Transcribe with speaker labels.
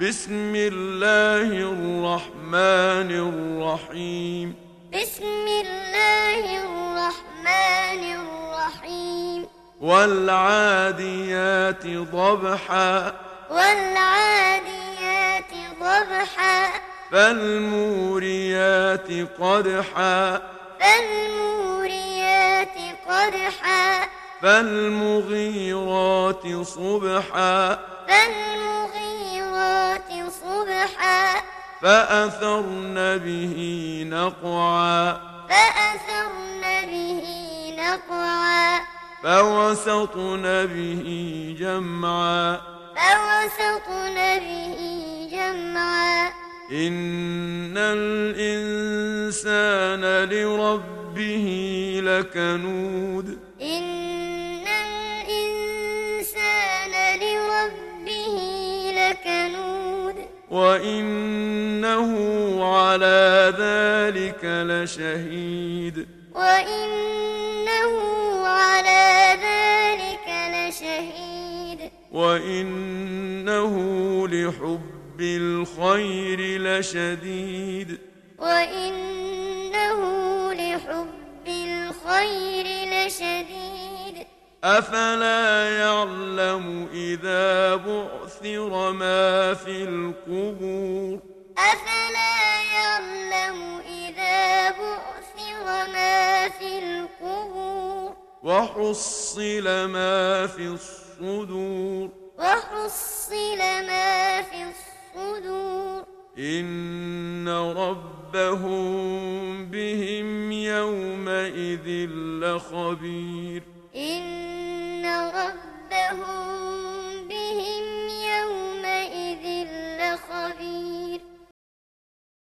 Speaker 1: بسم الله الرحمن الرحيم
Speaker 2: بسم الله الرحمن الرحيم
Speaker 1: والعاديات ضبحا
Speaker 2: والعاديات ضبحا
Speaker 1: فالموريات قدحا
Speaker 2: فالموريات قدحا
Speaker 1: فالمغيرات صبحا
Speaker 2: فالمغيرات صبحا
Speaker 1: فأثرن به نقعا
Speaker 2: فأثرن به نقعا
Speaker 1: فوسطن به جمعا
Speaker 2: فوسطن به جمعا
Speaker 1: إن الإنسان لربه لكنود
Speaker 2: إن الإنسان لربه لكنود
Speaker 1: وإنه على ذلك لشهيد
Speaker 2: وإنه على ذلك لشهيد
Speaker 1: وإنه لحب الخير لشديد
Speaker 2: وإنه لحب الخير لشديد
Speaker 1: أفلا يعلم إذا بعثر ما في القبور
Speaker 2: أفلا يعلم إذا بعثر ما في القبور
Speaker 1: وحصل ما في الصدور
Speaker 2: وحصل ما في الصدور
Speaker 1: إن ربهم بهم يومئذ لخبير
Speaker 2: إن ربهم